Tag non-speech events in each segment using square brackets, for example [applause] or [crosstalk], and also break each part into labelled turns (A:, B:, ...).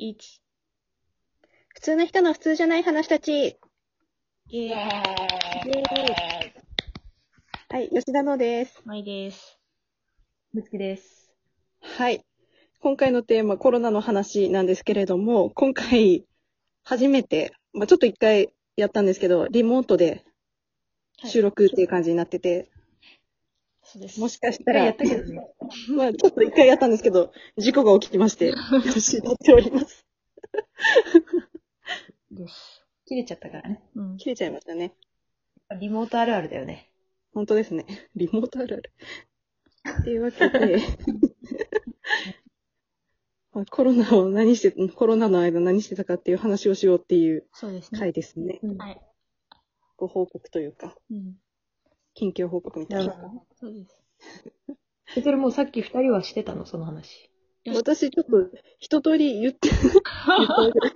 A: 1。
B: 普通の人の普通じゃない話た
A: イ
B: ち。
A: ェーイ。
B: イェーイはい、吉田のです。
A: まいです。
C: むつきです。
B: はい。今回のテーマ、コロナの話なんですけれども、今回、初めて、まあ、ちょっと一回やったんですけど、リモートで収録っていう感じになってて、
A: そうです。
B: もしか
C: 一
B: した
C: 回や
B: ら
C: っ、たけどね。
B: まあ、ちょっと一回やったんですけど、事故が起きてま [laughs] して、吉田っております。
A: です。
C: 切れちゃったからね。
A: うん。
B: 切れちゃいましたね。
C: リモートあるあるだよね。
B: 本当ですね。 [laughs] リモートあるある。っていうわけで、 [laughs] まあコロナを何して、コロナの間何してたかっていう話をしようっていう
A: そうですね。
B: 回ですね。
C: うん
A: はい。
B: ご報告というか、
A: うん。
B: 近況報告みたいな。
C: ど。
A: そうです。
C: えそれもうさっき二人はしてたの、その話。
A: ど
B: 私ちょっと一通り言って、言ったわけです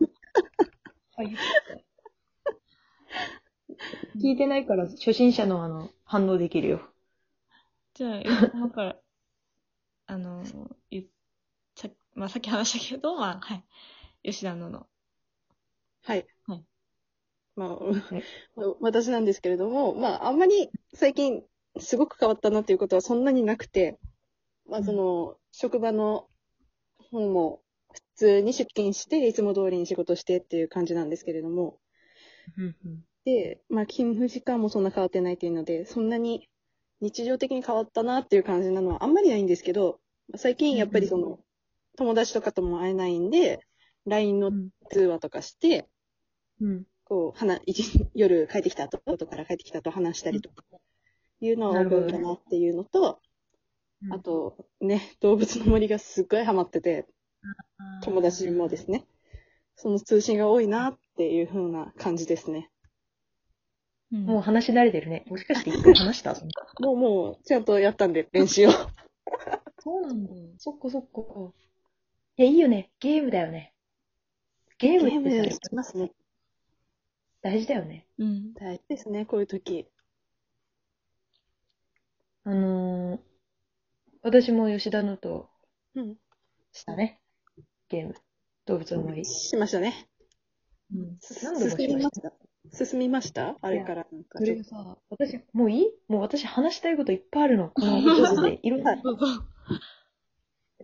C: はい。聞いてないから、初心者のあの、反応できるよ。
A: [laughs] じゃあ、今から、あの、言っさまあ、さっき話したけど、まあ、はい。吉田のの。
B: はい
A: はい。
B: まあ、私なんですけれども、まあ、あんまり最近すごく変わったなっていうことはそんなになくて、まあ、その、職場の方も普通に出勤して、いつも通りに仕事してっていう感じなんですけれども、
C: うんうん。
B: で、まあ、勤務時間もそんな変わってないっていうので、そんなに日常的に変わったなっていう感じなのはあんまりないんですけど、最近やっぱりその、友達とかとも会えないんで、LINE の通話とかして、
C: うん。
B: こう、話、一日夜帰ってきた後、後から帰ってきた後話したりとか、いうのは多いかなっていうのと、あ、と、ね、動物の森がすっごいハマってて、友達もですね、その通信が多いなっていう風な感じですね。
A: うん
C: もう話し慣れてるね。もしかして一回話したそ
B: もうもう、ちゃんとやったんで、練
C: [laughs]
B: 習を。
C: うなんだ。そっかそっか。いや、いいよね。ゲームだよね。ゲーム
B: [laughs]
C: ってさ、やっぱ
B: しますね。
C: 大事だよね。
A: うん。
B: 大事ですね、こういう時。
C: あのー、私も吉田のと
B: うん。
C: したね。ゲーム。動物の森。
B: しましたね。
A: うん。
B: す
C: 何度もしま
B: 進み
C: した
B: ました進みましたあれからなんか
C: そ。れがさ、私、もういいもう私話したいこといっぱいあるの。この一つ [laughs] で。いろんな。
A: そうそう。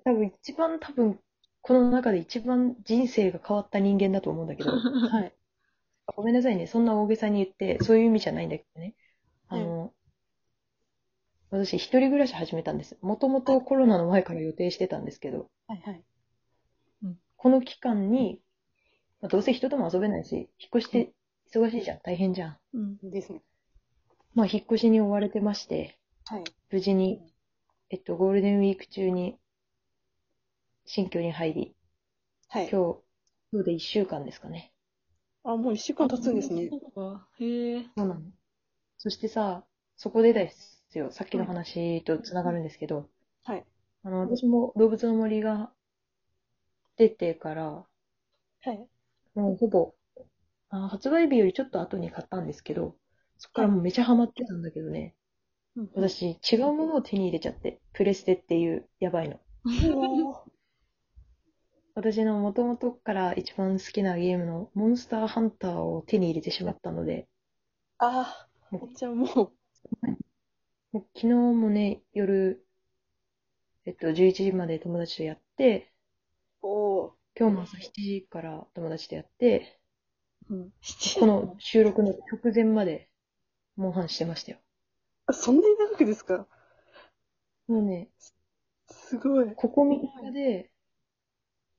C: 多分一番多分、この中で一番人生が変わった人間だと思うんだけど。
B: はい。
C: ごめんなさいね。そんな大げさに言って、そういう意味じゃないんだけどね。あの、私一人暮らし始めたんです。もともとコロナの前から予定してたんですけど、
B: はいはい。
C: この期間に、まあ、どうせ人とも遊べないし、引っ越して忙しいじゃん。大変じゃん。
A: うん。
B: ですね。
C: まあ、引っ越しに追われてまして、
B: はい。
C: 無事に、えっと、ゴールデンウィーク中に、新居に入り、
B: はい。
C: 今日、今日で1週間ですかね。
B: あ、もう一週間経つんですね。
A: へえ。
C: そうなの。そしてさ、そこでですよ、さっきの話とつながるんですけど、
B: はい。
C: あの、私も動物の森が出てから、
B: はい。
C: もうほぼ、あ発売日よりちょっと後に買ったんですけど、そこからもうめちゃハマってたんだけどね、
B: うん
C: 私違うものを手に入れちゃって、プレステっていうやばいの。私の元々から一番好きなゲームのモンスターハンターを手に入れてしまったので、
B: ああ、じゃあも
C: もう昨日もね、夜、えっと、11時まで友達とやって、
B: う、お
C: 今日も朝7時から友達とやって、
B: うん、
C: この収録の直前まで、モンハンしてましたよ。
B: あそんなに長くですか
C: もうね、
B: すごい。
C: ここ3日で、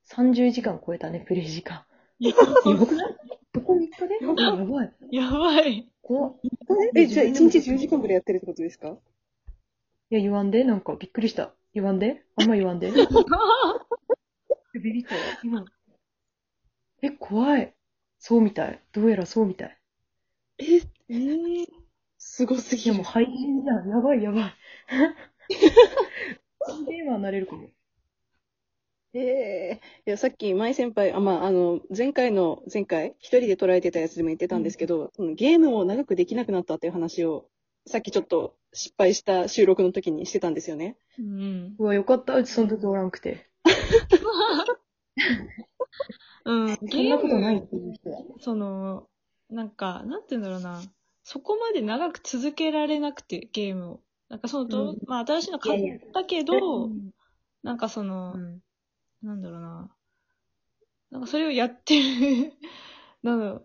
C: 30時間超えたね、プレイ時間。
A: や
C: やばくないここ3日で
B: やばい
C: やばい。
A: やばい。
C: 怖っ。
B: え、じゃあ1日10時間ぐらいやってるってことですか
C: いや、言わんで、なんかびっくりした。言わんであんま言わんでビビったよ、今。え、怖い。そうみたい。どうやらそうみたい。
B: え、えー、すごす
C: い
B: ぎ
C: や、
B: る
C: もう。配信じゃん。やばい、やば [laughs] い。このゲームはなれるかも。
B: えー、いや、さっき、舞先輩、あ、まあ、あの、前回の、前回、一人で捉えてたやつでも言ってたんですけど、そのゲームを長くできなくなったっていう話を、さっきちょっと失敗した収録の時にしてたんですよね。
C: [laughs]
A: うん。
C: うわ、よかった。うちその時おらんくて。
A: うん。
C: そんなことないっていう人だ。
A: その、なんか、なんて言うんだろうな。そこまで長く続けられなくて、ゲームを。なんかその、どう
C: うん
A: まあ新しいの買
C: いやい
A: ったけど、なんかその、
C: うん。
A: なんだろうな。なんかそれをやってる、 [laughs] なの、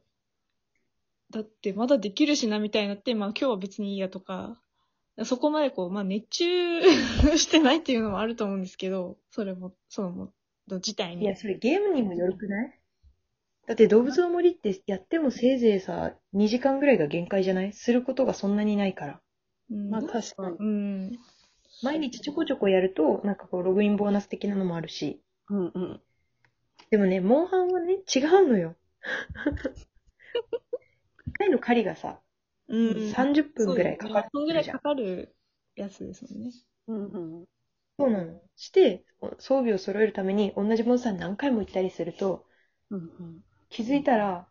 A: だってまだできるしなみたいになって、まあ今日は別にいいやとか、そこまでこう、まあ熱中 [laughs] してないっていうのもあると思うんですけど、それも、そのも、の自体
C: い
A: に
C: や、。それゲームにもよるくないだって動物の森ってやってもせいぜいさ、2時間ぐらいが限界じゃないすることがそんなにないから。
A: うん
B: まあ確かに。
A: うん。
C: 毎日ちょこちょこやると、なんかこう、ログインボーナス的なのもあるし。
B: うんうん。
C: でもね、モンハンはね、違うのよ。一回の狩りがさ、
A: うん
C: 30分ぐらいかかる
A: そうですね10分ぐらい
C: じゃん
A: かかるやつですもんね。
B: うんうん。
C: そうなの。して、装備を揃えるために同じモンスターに何回も行ったりすると、
B: うんうん。
C: 気づいたら、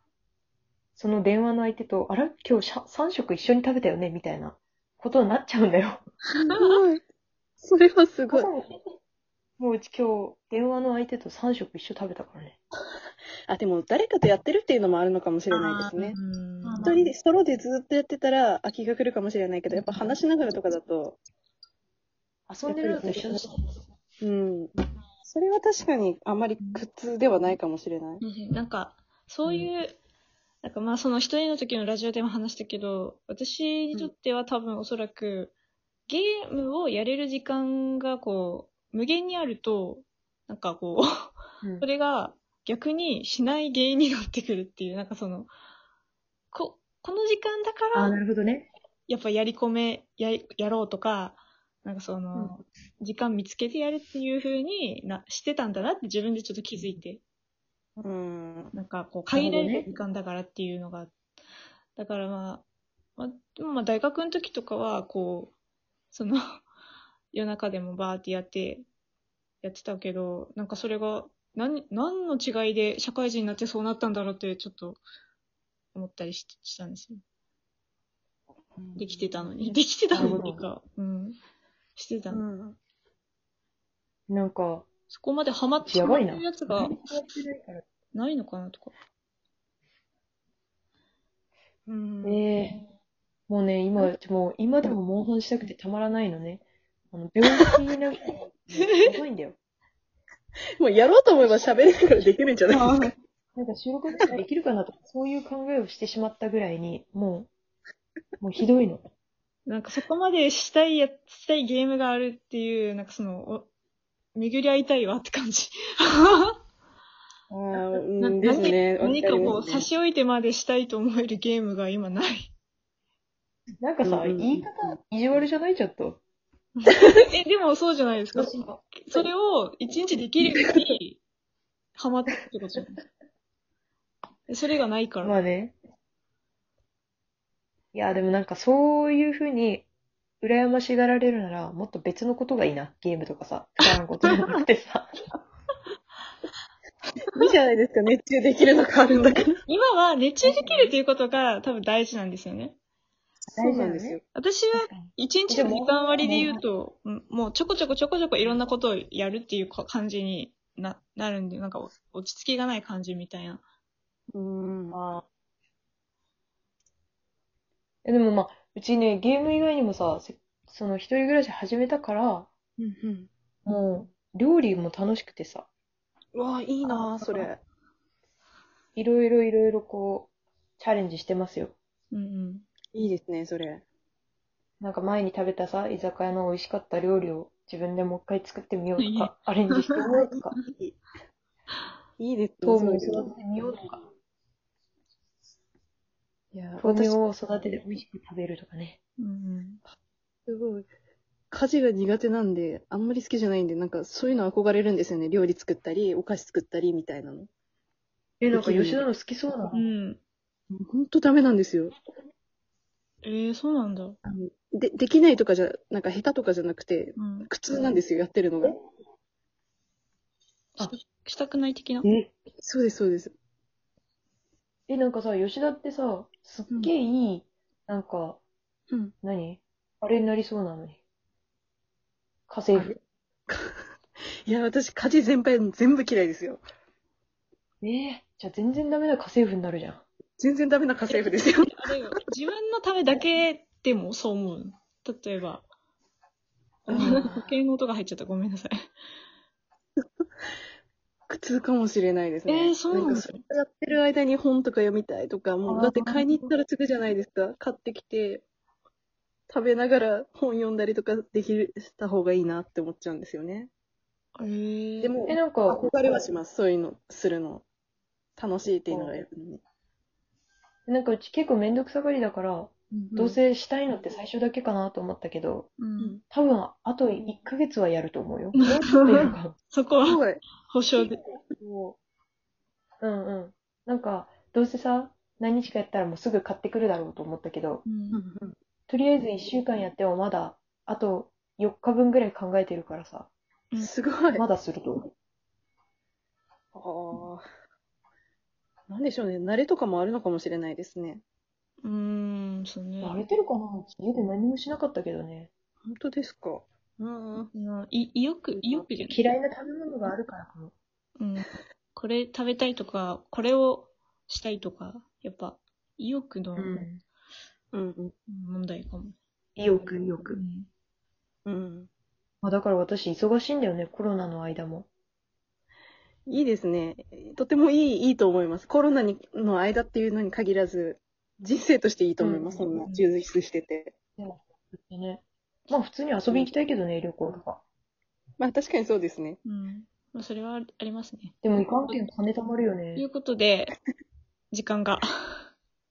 C: その電話の相手と、あら今日3食一緒に食べたよねみたいなことになっちゃうんだよ。
B: [laughs] すごい。それはすごい。
C: もううち今日、電話の相手と3食一緒食べたからね。
B: あ、でも誰かとやってるっていうのもあるのかもしれないですね。
A: うん
C: まあ
B: 一人で、ソロでずっとやってたら飽きが来るかもしれないけど、やっぱ話しながらとかだと、
C: 遊んでるのと一緒だし。
B: うん。それは確かにあんまり苦痛ではないかもしれない。
A: なんか、そういう、なんかまあその一人の時のラジオでも話したけど、私にとっては多分おそらく、ゲームをやれる時間がこう、無限にあると、なんかこう、
C: うん
A: それが逆にしない原因になってくるっていう、なんかその、こ、この時間だ
C: あ
A: か
C: あ、
A: ら
C: な、るほどね。
A: やっぱやり込め、やり、やろうとか、なんかその、時間見つけてやるっていう風にな、してたんだなって自分でちょっと気づいて。
B: うん。
A: なんかこう
C: なる
A: 限
C: ほ
A: ら
C: どね
A: れた時間だからっていうのが、だからまあ、まあ、でもまあ大学の時とかはこう、その [laughs] 夜中でもバーってやって、やってたけど、なんかそれが何、何の違いで社会人になってそうなったんだろうってちょっと思ったりししたんですよ。できてたのに。できてたのにっていうか、うん。してた
B: う
A: の。
B: ん。
C: なんか、
A: そこまでハマって
C: やばいな
A: そうやつが
C: やってないから
A: ないのかなとか。
B: うん。
C: ええもうね、今、もう今でもモンハンしたくてたまらないのね。あの、病気に [laughs] なるから、もうやばいんだよ。
B: もうやろうと思えば喋れるからできるんじゃないですか。
C: なんか収録とかできるかなとか、そういう考えをしてしまったぐらいに、もう、もうひどいの。
A: なんかそこまでしたいや、したいゲームがあるっていう、なんかその、お巡り合いたいわって感じ。 [laughs]
B: ああ、う、
A: なん
B: ですね。
A: 何か
B: わ
A: こ
B: か
A: う
B: りま
A: 差
B: す
A: し置いてまでしたいと思えるゲームが今ない。 [laughs]
C: なんかさ、
B: うん
C: 言い方、意地悪じゃないちょっと。
A: え、でもそうじゃないですか。それを一日できるようにハマってるってことじゃないそれがないから。
C: まあね。いや、でもなんかそういうふうに、羨ましがられるなら、もっと別のことがいいな。ゲームとかさ、くだらんことじゃなくて
B: [laughs]
C: さ。
B: いいじゃないですか。熱中できるのがあるんだから。
A: 今は熱中できるっていうことが多分大事なんですよね。
B: そうなんですよ。
A: 私は一日の時間割で言うと、うんもうちょこちょこちょこちょこいろんなことをやるっていうか感じにななるんで、なんかお落ち着きがない感じみたいな。
B: うん。
C: ああ。 [laughs] え、でもまあ、うちね、ゲーム以外にもさ、せその一人暮らし始めたから、
B: うんうん。
C: もう、料理も楽しくてさ、
B: うわあ、いいなあ、それ。
C: いろいろいろいろこう、チャレンジしてますよ。
A: うんうん。
B: いいですね、それ。
C: なんか前に食べたさ、居酒屋の美味しかった料理を自分でもう一回作ってみようとか、アレンジしてみようとか、
B: いいですね、[laughs]
C: 豆
B: そういうの
C: 苗を育ててみようとか、
B: いや、
C: 豆
B: 私、
C: 苗を育てて美味しく食べるとかね。
A: うんうん
B: すごい。家事が苦手なんで、あんまり好きじゃないんで、なんかそういうの憧れるんですよね。料理作ったり、お菓子作ったりみたいなの。
C: え、なんか
B: できる
C: 吉田の好きそうだな
A: う。ん。
B: ほんとダメなんですよ。
A: えー、そうなんだ。う
B: あので、できないとかじゃ、なんか下手とかじゃなくて、
A: ん。
B: 苦痛なんですよ、やってるのが。
A: あしたくない的な。
C: え、
B: そうです、そうです。
C: え、なんかさ、吉田ってさ、すっげえいい、なんか、
B: うん。
C: 何あれになりそうなのに。家政婦。
B: いや、私、家事全般全部嫌いですよ。
C: えええじゃあ全然ダメな家政婦になるじゃん。
B: 全然ダメな家政婦ですよ。 [laughs]
A: あれよ、自分のためだけでもそう思うの。例えば、あのなんか時計の音が入っちゃった。ごめんなさい。
B: 苦痛かもしれないですね。
A: えーそうなんです
B: か
A: よ
B: やってる間に本とか読みたいとか、も
C: あ
B: う
C: ー
B: だって買いに行ったらすぐじゃないですか。買ってきて、食べながら本読んだりとかできた方がいいなって思っちゃうんですよね。
A: えー、
B: でも
C: え、なんか、
B: 憧れはします。そういうの、するの。楽しいっていうのがやっぱりね
C: なんかうち結構めんどくさがりだから、どう、せしたいのって最初だけかなと思ったけど、
A: うん、
C: 多分あと1ヶ月はやると思う [laughs] よ。もうちょっとやるか。
A: そこ
B: す
A: は
B: ごい。
A: 保証で。
C: もううんうん。なんか、どうせさ、何日かやったらもうすぐ買ってくるだろうと思ったけど、
A: うん
C: とりあえず1週間やってもまだ、あと4日分ぐらい考えてるからさ、
A: うん
B: すごい。
C: まだすると思う。
B: ああ。なんでしょうね。慣れとかもあるのかもしれないですね。
A: うーん、そうね。
C: 慣れてるかなうち家で何もしなかったけどね。
B: 本当ですか。うん。
A: うんい意欲、意欲じゃない。
C: 嫌いな食べ物があるからかも。
A: うん。これ食べたいとか、これをしたいとか、やっぱ、意欲の
C: うん。
B: うんうん。
A: 問題かも。
C: 意欲、意
A: う
C: 欲。
A: ん
B: うん。
C: まあだから私忙しいんだよね、コロナの間も。
B: いいですね。とてもいい、いいと思います。コロナにの間っていうのに限らず、人生としていいと思います。
C: う
B: そ
C: ん
B: んな充実してて。
C: でね。まあ普通に遊びに行きたいけどね、旅行とか。
B: まあ確かにそうですね。
A: うん。まあ、それはありますね。
C: でもいかんけん金貯まるよね
A: とい。うことで、時間が、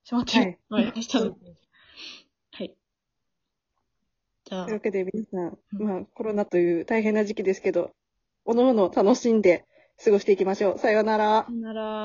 A: しまってまいりましたので。はい。じゃあ
B: という、わけで皆さん、
A: うん
B: まあコロナという大変な時期ですけど、おのおの楽しんで過ごしていきましょう。さようなら
A: さ。よなら。